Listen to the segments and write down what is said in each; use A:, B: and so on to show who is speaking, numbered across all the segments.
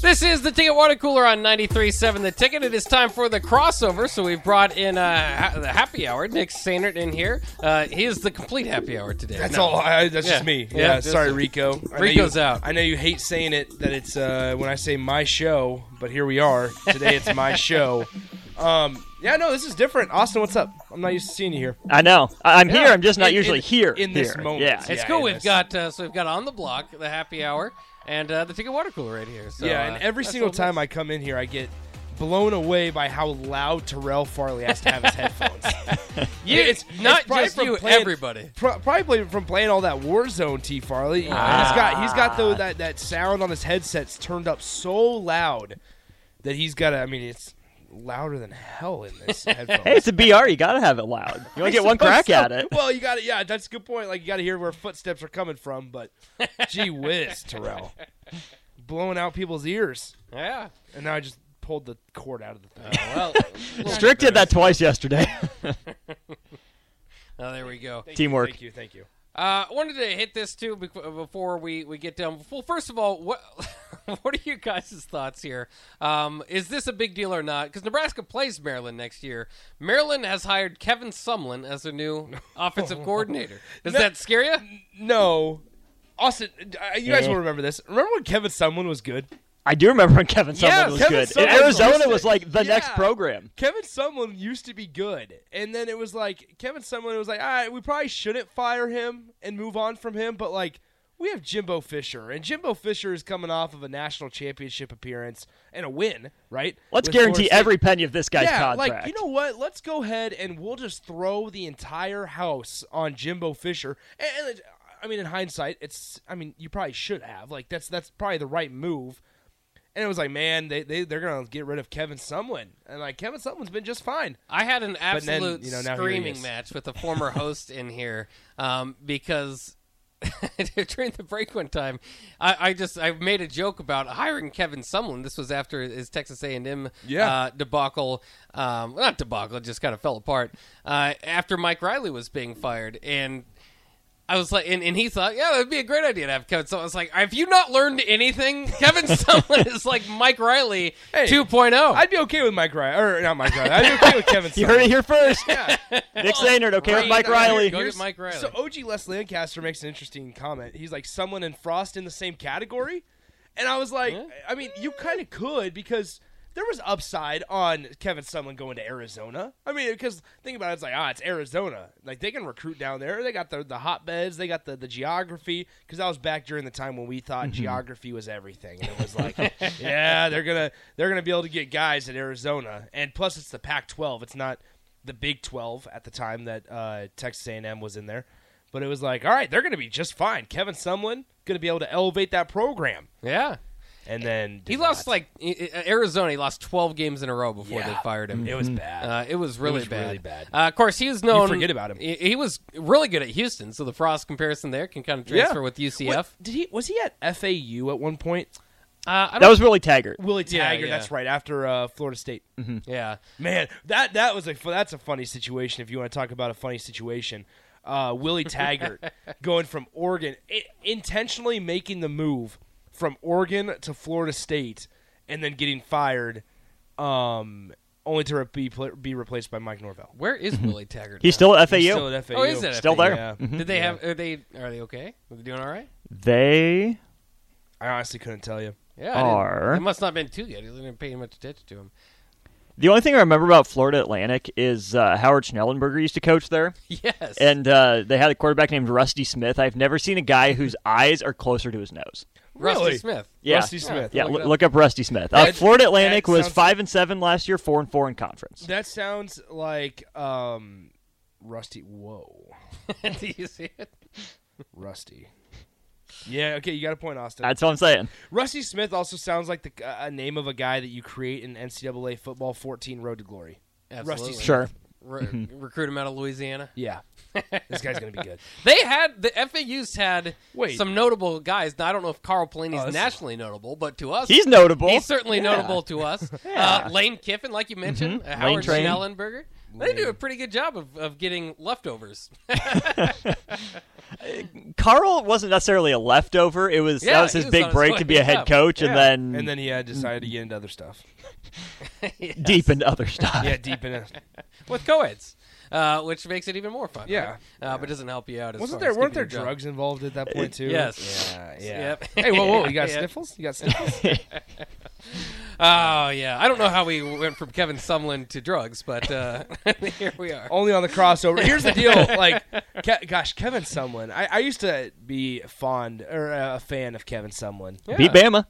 A: This is the Ticket Water Cooler on 93.7 The Ticket. It is time for the crossover, so we've brought in uh, ha- the happy hour. Nick Sainert in here. Uh, he is the complete happy hour today.
B: That's
A: No.
B: all. I, that's
A: Yeah.
B: just me.
A: Yeah,
B: Yeah.
A: just-
B: sorry, Rico. I know
A: Rico's
B: you-
A: out.
B: I know you hate saying it that it's uh, when I say my show, but here we are today. It's my show. Um, yeah, no, this is different. Austin, what's up? I'm not used to seeing you here.
C: I know. I- I'm here.
B: Yeah.
C: I'm just not
B: In-
C: usually
B: in-
C: here.
B: in this
C: Here.
B: moment.
C: Yeah.
A: It's
B: Yeah,
A: cool.
B: it
A: We've
B: is.
A: got uh, so we've got on the block the happy hour and uh, the Ticket Water Cooler right here. So,
B: yeah,
A: uh,
B: and every
A: that's
B: single
A: what it is.
B: time I come in here, I get blown away by how loud Terrell Farley has to have his headphones.
A: you, it's not
B: probably
A: just
B: from
A: you,
B: playing-
A: everybody.
B: Pro- probably from playing all that Warzone T Farley.
C: Ah.
B: He's got he's got the, that that sound on his headsets turned up so loud that he's got. to I mean, it's louder than hell in this headphones.
C: Hey, it's a BR. You gotta have it loud. You want to get one crack
B: So-
C: at it.
B: Well, you got it. Yeah, that's a good point. Like you got to hear where footsteps are coming from. But gee whiz, Terrell, blowing out people's ears,
A: Yeah.
B: and now I just pulled the cord out of the thing.
A: Well,
C: Strick did that twice yesterday.
A: oh, there we go.
B: Thank you,
C: Teamwork.
B: Thank you. Thank you.
A: Uh, I wanted to hit this too bec- before we, we get down. Well, first of all, what what are you guys' thoughts here? Um, is this a big deal or not? Because Nebraska plays Maryland next year. Maryland has hired Kevin Sumlin as their new offensive coordinator. Does
B: No.
A: that scare you?
B: No, Austin, uh, you guys will remember this. Remember when Kevin Sumlin was good?
C: I do remember when Kevin Sumlin
B: Yeah,
C: was
B: Kevin
C: good.
B: Sumlin
C: In Arizona
B: was-
C: was like the next
B: Yeah.
C: program.
B: Kevin Sumlin used to be good, and then it was like Kevin Sumlin was like, all right, we probably shouldn't fire him and move on from him, but like we have Jimbo Fisher, and Jimbo Fisher is coming off of a national championship appearance and a win, right?
C: Let's
B: With
C: guarantee
B: Florida State.
C: every penny of this guy's
B: yeah,
C: contract.
B: like you know what? Let's go ahead and we'll just throw the entire house on Jimbo Fisher. And, and it- I mean, in hindsight, it's I mean, you probably should have like that's that's probably the right move. And it was like, man, they they they're gonna get rid of Kevin Sumlin, and like Kevin Sumlin's been just fine.
A: I had an
B: then,
A: absolute
B: you know, now here he
A: screaming
B: is.
A: match with a former host in here um, because during the break one time, I, I just I made a joke about hiring Kevin Sumlin. This was after his Texas A and M
B: Yeah.
A: uh, debacle, um, not debacle, it just kind of fell apart uh, after Mike Riley was being fired and. I was like, and, and he thought, yeah, that'd be a great idea to have Kevin. So I was like, have you not learned anything? Kevin Sumlin is like Mike Riley oh."
B: Hey,
A: 2.0.
B: I'd be okay with Mike Riley, or not Mike Riley. I'd be okay with Kevin. Sumlin.
C: you heard it here first.
B: Yeah.
C: Nick Sainert, okay, with
A: Right.
C: Mike Riley.
A: Go
B: Here's-
A: to Mike Riley.
B: So OG Les Lancaster makes an interesting comment. He's like someone and Frost in the same category, and I was like, I mean, you kind of could because there was upside on Kevin Sumlin going to Arizona. I mean, because think about it, it's like ah, it's Arizona. Like they can recruit down there. They got the the hotbeds. They got the the geography. Because I was back during the time when we thought geography was everything, and it was like, yeah, they're gonna they're gonna be able to get guys at Arizona, and plus it's the Pac-12. It's not the Big 12 at the time that uh, Texas A&M was in there. But it was like, all right, they're going to be just fine. Kevin Sumlin going to be able to elevate that program.
A: yeah.
B: And then
A: Eh, He
B: did
A: lost
B: not.
A: like i- i- Arizona. He lost twelve games in a row before they
B: Yeah.
A: fired him.
B: It was bad.
A: Uh, it was really
B: was
A: bad.
B: really bad.
A: Uh, of course, he was known.
B: forget about him.
A: He, he was really good at Houston, so the Frost comparison there can kind of transfer with UCF.
B: What- did he was he at FAU at one point?
A: Uh, I
C: That
A: don't,
C: was Willie Taggart.
B: Willie
A: Yeah,
B: Taggart,
A: yeah.
B: that's right, after uh, Florida State.
A: yeah,
B: Man, that that was a fu- that's a funny situation. If you want to talk about a funny situation, uh, Willie Taggart going from Oregon, i intentionally making the move from Oregon to Florida State, and then getting fired, um, only to re- be pl- be replaced by Mike Norvell.
A: where is Willie Taggart?
C: He's
A: now?
C: still at FAU.
B: Mm-hmm. He's still at FAU.
A: Oh, is it
C: Still there.
B: Yeah.
A: Did they have? Are they? Are they okay? Are they doing all right?
C: They
B: I honestly couldn't tell you.
A: Yeah, I didn't-
C: Are-
A: it must not have been too good. He didn't pay much attention to him.
C: The only thing I remember about Florida Atlantic is uh, Howard Schnellenberger used to coach there,
A: Yes,
C: and uh, they had a quarterback named Rusty Smith. I've never seen a guy whose eyes are closer to his nose.
A: Rusty
B: Really?
A: Smith.
C: Yeah.
B: Rusty Smith.
C: Yeah,
A: Look
C: look,
A: it up.
C: look up Rusty Smith. Uh,
B: That-
C: Florida
B: that
C: Atlantic was
B: sounds-
C: five and seven last year, four and four in conference.
B: That sounds like um, Rusty. Whoa,
A: Do you see it?
B: Rusty. Yeah, okay, you got a point, Austin.
C: That's what I'm saying.
B: Rusty Smith also sounds like the a name of a guy that you create in NCAA football 14 Road to Glory.
A: Absolutely.
B: Smith.
C: Sure.
A: Re-
B: Mm-hmm.
A: recruit him out of Louisiana.
B: Yeah. this guy's going to be good.
A: They had the FAU's had
B: Wait.
A: some notable guys. Now, I don't know if Carl Pelini's
B: Oh, this is-
A: nationally notable, but to us,
C: He's notable.
A: he's certainly
C: Yeah.
A: notable to us. uh, Lane Kiffin, like you mentioned, uh,
C: Mm-hmm. Lane
A: Howard
C: Train.
A: Schnellenberger. They do a pretty good job of, of getting leftovers.
C: Carl wasn't necessarily a leftover. It was
A: Yeah,
C: that was his
A: he was on
C: big
A: his
C: break
A: way
C: to be a head
A: up.
C: coach, and
B: Yeah.
C: then
B: and then he uh, decided to get into other stuff.
C: deep into other stuff.
B: Yeah, deep in. A,
A: with co-eds, uh, which makes it even more fun.
B: Yeah.
A: right? uh, but doesn't help you out. As far
B: wasn't there?
A: as
B: Weren't
A: keeping
B: there
A: your job.
B: drugs involved at that point too?
A: yes.
B: Yeah. yeah.
A: Yep.
B: Hey, whoa, whoa! You got
A: Yeah.
B: sniffles? You got sniffles?
A: Oh yeah, I don't know how we went from Kevin Sumlin to drugs, but uh, here we are.
B: Only on the crossover. Here's the deal. Like, Ke- gosh, Kevin Sumlin. I, I used to be fond or uh, a fan of Kevin Sumlin.
A: Yeah.
C: Beat Bama.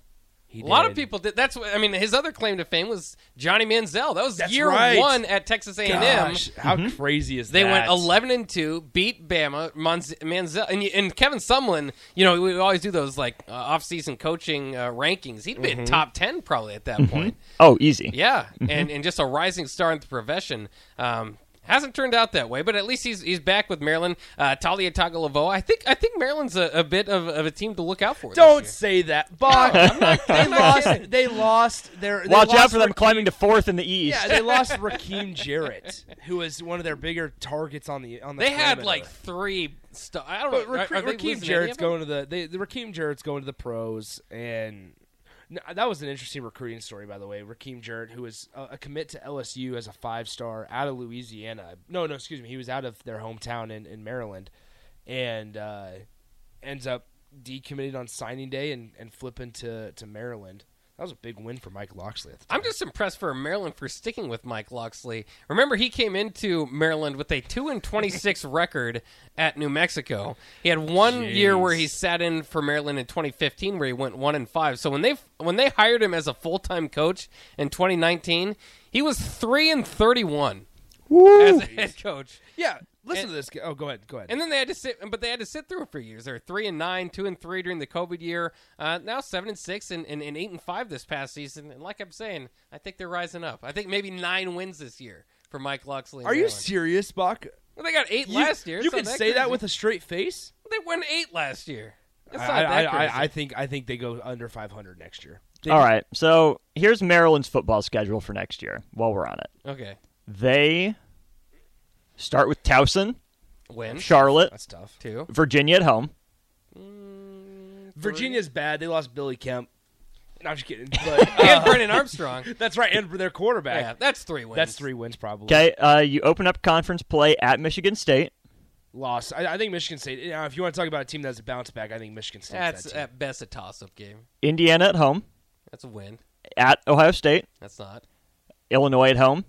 B: He
A: A lot of
B: did.
A: people did. That's what I mean. His other claim to fame was Johnny Manziel. That was
B: That's
A: year
B: right.
A: one at Texas A and M.
B: Gosh, how crazy is
A: Mm-hmm. They
B: that?
A: went 11 and 2, beat Bama, Monz- Manziel, and, you- and Kevin Sumlin. You know, we always do those like uh, off-season coaching uh, rankings. He'd
B: Mm-hmm.
A: been top 10 probably at that point.
C: Oh, easy.
A: Yeah, and and just a rising star in the profession. Um, hasn't turned out that way, but at least he's he's back with Maryland. Uh, Talia Tagovailoa. I think I think Maryland's a, a bit of, of a team to look out for. this
B: Don't
A: year.
B: say that, Buck. they lost. They lost their. they
C: Watch out
B: lost
C: for them
B: Rakeem-
C: climbing to fourth in the East.
B: Yeah, they lost Raheem Jarrett, who was one of their bigger targets on the on the.
A: They had
B: perimeter.
A: like three. St- I don't
B: But
A: know. Are,
B: Rakeem,
A: are they
B: Rakeem
A: losing any
B: Jarrett's
A: of them?
B: going to the they, the Rakeem Jarrett's going to the pros, and no, that was an interesting recruiting story, by the way. Rakeem Jarrett, who was a, a commit to LSU as a five star out of Louisiana. No, no, excuse me, he was out of their hometown in, in Maryland, and uh, ends up decommitted on signing day and, and flipping to to Maryland. That was a big win for Mike Loxley at the time.
A: I'm just impressed for Maryland for sticking with Mike Loxley. Remember, he came into Maryland with a two and twenty six record at New Mexico. He had one year where he sat in for Maryland in 2015, where he went one and five. So when they when they hired him as a full time coach in 2019, he was three and thirty one as a head coach.
B: yeah. Listen to this. guy- Oh, go ahead, go ahead.
A: And then they had to sit, but they had to sit through it for years. They were three and nine, two and three during the COVID year. Uh, now seven and six, and, and, and eight and five this past season. And like I'm saying, I think they're rising up. I think maybe nine wins this year for Mike Loxley. and
B: Are you
A: Maryland.
B: serious, Buck?
A: Well, they got eight
B: You-
A: last year.
B: You
A: so
B: can
A: that
B: say that
A: crazy.
B: with a straight face.
A: They won eight last year. It's not
B: I,
A: that
B: I,
A: crazy.
B: I, I think I think they go under 500 next year. They
C: All
B: just-
C: right. So here's Maryland's football schedule for next year. While we're on it,
A: okay,
C: they start with Towson,
A: win
C: Charlotte,
B: That's tough.
A: two.
C: Virginia at home.
B: Mm. Virginia's bad. They lost Billy Kemp. No, I'm just kidding. But, uh,
A: and Brennan Armstrong.
B: that's right, and their quarterback.
A: Yeah, that's three wins.
B: That's three wins probably.
C: Okay. Uh, you open up conference play at Michigan State.
B: Loss. I, I think Michigan State. you know, if you want to talk about a team that's a bounce back, I think Michigan State.
A: That's
B: that team.
A: at best a toss-up game.
C: Indiana at home.
A: That's a win.
C: At Ohio State.
A: That's not.
C: Illinois at home.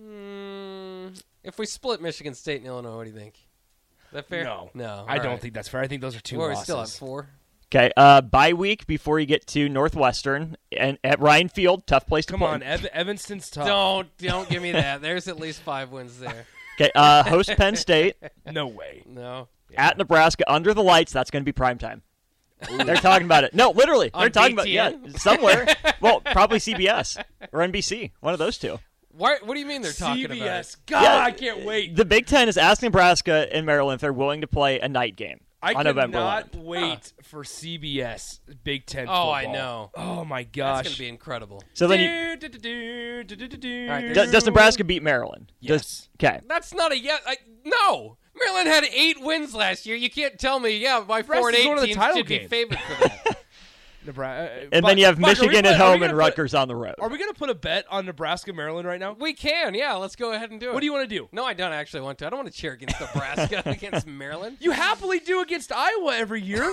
A: Mm, if we split Michigan State and Illinois, what do you think? Is that fair?
B: No,
A: no.
B: I
A: all
B: don't
A: right.
B: think that's fair. I think those are two
A: We're
B: losses.
A: still at four.
C: Okay. Uh, bye week before you get to Northwestern and at Ryan Field, tough place to
B: Come
C: play.
B: on, Ev- Evanston's tough.
A: Don't don't give me that. There's at least five wins there.
C: Okay. Uh, host Penn State
B: No way.
A: No.
C: at Nebraska under the lights. That's going to be prime time. They're talking about it. No, literally,
A: On
C: they're talking about
A: BTN?
C: yeah somewhere. well, probably CBS or NBC, one of those two.
A: Why, what do you mean they're talking
B: CBS.
A: about? it?
B: God,
C: Yeah.
B: I can't wait.
C: Uh, The Big Ten is asking Nebraska and Maryland if they're willing to play a night game
B: I
C: on
B: could
C: November.
B: not
C: 11th.
B: wait for CBS Big Ten.
A: Oh, I
B: football.
A: know.
B: Oh my
A: That's
B: gosh.
A: gonna be incredible.
C: So then, you,
A: Alright,
B: Alright,
C: does, does Nebraska beat Maryland?
B: Yes.
C: Does, okay.
A: That's not a yes. I, no. Maryland had eight wins last year. You can't tell me, yeah, my
B: Nebraska's
A: four and eight
B: going to the
A: teams
B: title
A: should be
B: game.
A: favored for that.
B: Nebraska,
C: And then you have Michigan at home and Rutgers on the road.
B: Are we gonna put a bet on Nebraska Maryland right now?
A: we can, yeah. Let's go ahead and do it.
B: What do you want to do?
A: No, I don't actually want to. I don't want to cheer against Nebraska against Maryland.
B: You happily do against Iowa every year.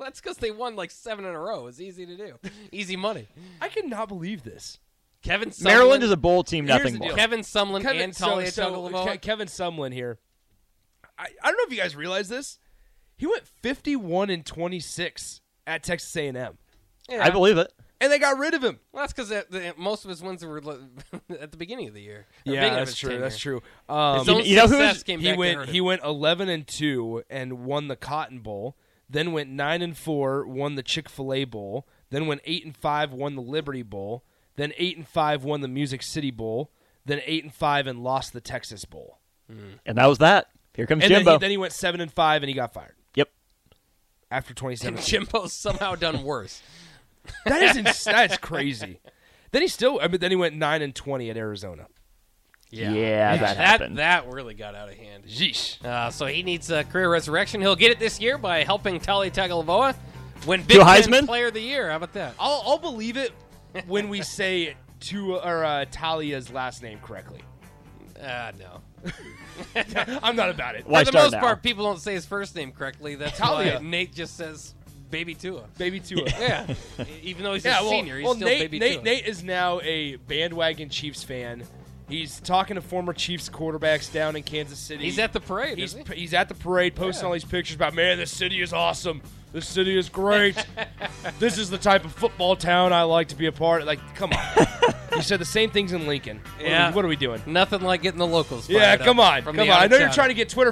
A: That's because they won like seven in a row. It's easy to do. Easy money.
B: I cannot believe this.
A: Kevin Sumlin,
C: Maryland is a bowl team,
B: Here's
C: nothing
B: the
C: more.
B: deal.
A: Kevin Sumlin and
B: so,
A: Talia
B: so,
A: Tagovailoa.
B: Ke- Kevin Sumlin here. I, I don't know if you guys realize this. He went fifty-one and twenty-six at Texas A&M,
A: Yeah.
C: I believe it.
B: and they got rid of him.
A: Well, that's because most of his wins were lo- at the beginning of the year. or
B: Yeah,
A: beginning of
B: that's
A: his
B: true.
A: tenure.
B: That's true. Um,
A: His own
C: you know who
A: success
C: is-
A: came
B: he
A: back to
B: went
A: hurt
B: he
A: him.
B: went 11 and 2 and won the cotton bowl then went 9 and 4 won the chick-fil-a bowl then went 8 and 5 won the liberty bowl then 8 and 5 won the music city bowl then 8 and 5 and lost the texas bowl
C: And that was that. Here comes
B: and then
C: Jimbo.
B: he, then he went 7 and 5 and he got fired
C: yep.
B: after 27
A: And Jimbo's somehow done worse.
B: that is ins- that's crazy then he still i mean then he went 9 and 20 at arizona
C: Yeah, that happened.
A: that really got out of hand.
B: Yeesh.
A: Uh, so he needs a career resurrection. He'll get it this year by helping Tali Tagovailoa win Big
C: To
A: Ten
C: Heisman?
A: Player of the Year. How about that?
B: I'll, I'll believe it when we say to or uh, Talia's last name correctly.
A: Uh, no.
B: I'm not about it.
C: Why
A: For the
C: start
A: most
C: now?
A: part, people don't say his first name correctly. That's
B: Talia.
A: why Nate just says Baby Tua.
B: Baby Tua.
A: Yeah, E- even though he's
B: Yeah,
A: a
B: well,
A: senior, he's
B: well,
A: still
B: Nate,
A: Baby
B: Nate,
A: Tua.
B: Nate is now a bandwagon Chiefs fan. He's talking to former Chiefs quarterbacks down in Kansas City.
A: he's at the parade.
B: he's,
A: isn't he?
B: he's at the parade posting
A: Yeah.
B: all these pictures about man, this city is awesome. This city is great. this is the type of football town I like to be a part of. Like, come on. you said the same things in Lincoln. What, are,
A: Yeah.
B: we, what are we doing?
A: Nothing like getting the locals.
B: Yeah,
A: fired up
B: come on.
A: from
B: Come
A: the
B: on. I know you're
A: out-of-town.
B: trying to get Twitter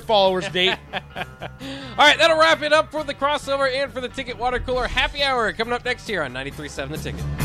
B: followers, Nate.
A: All right, that'll wrap it up for the crossover and for the Ticket Water Cooler Happy Hour coming up next year on 93.7 The Ticket.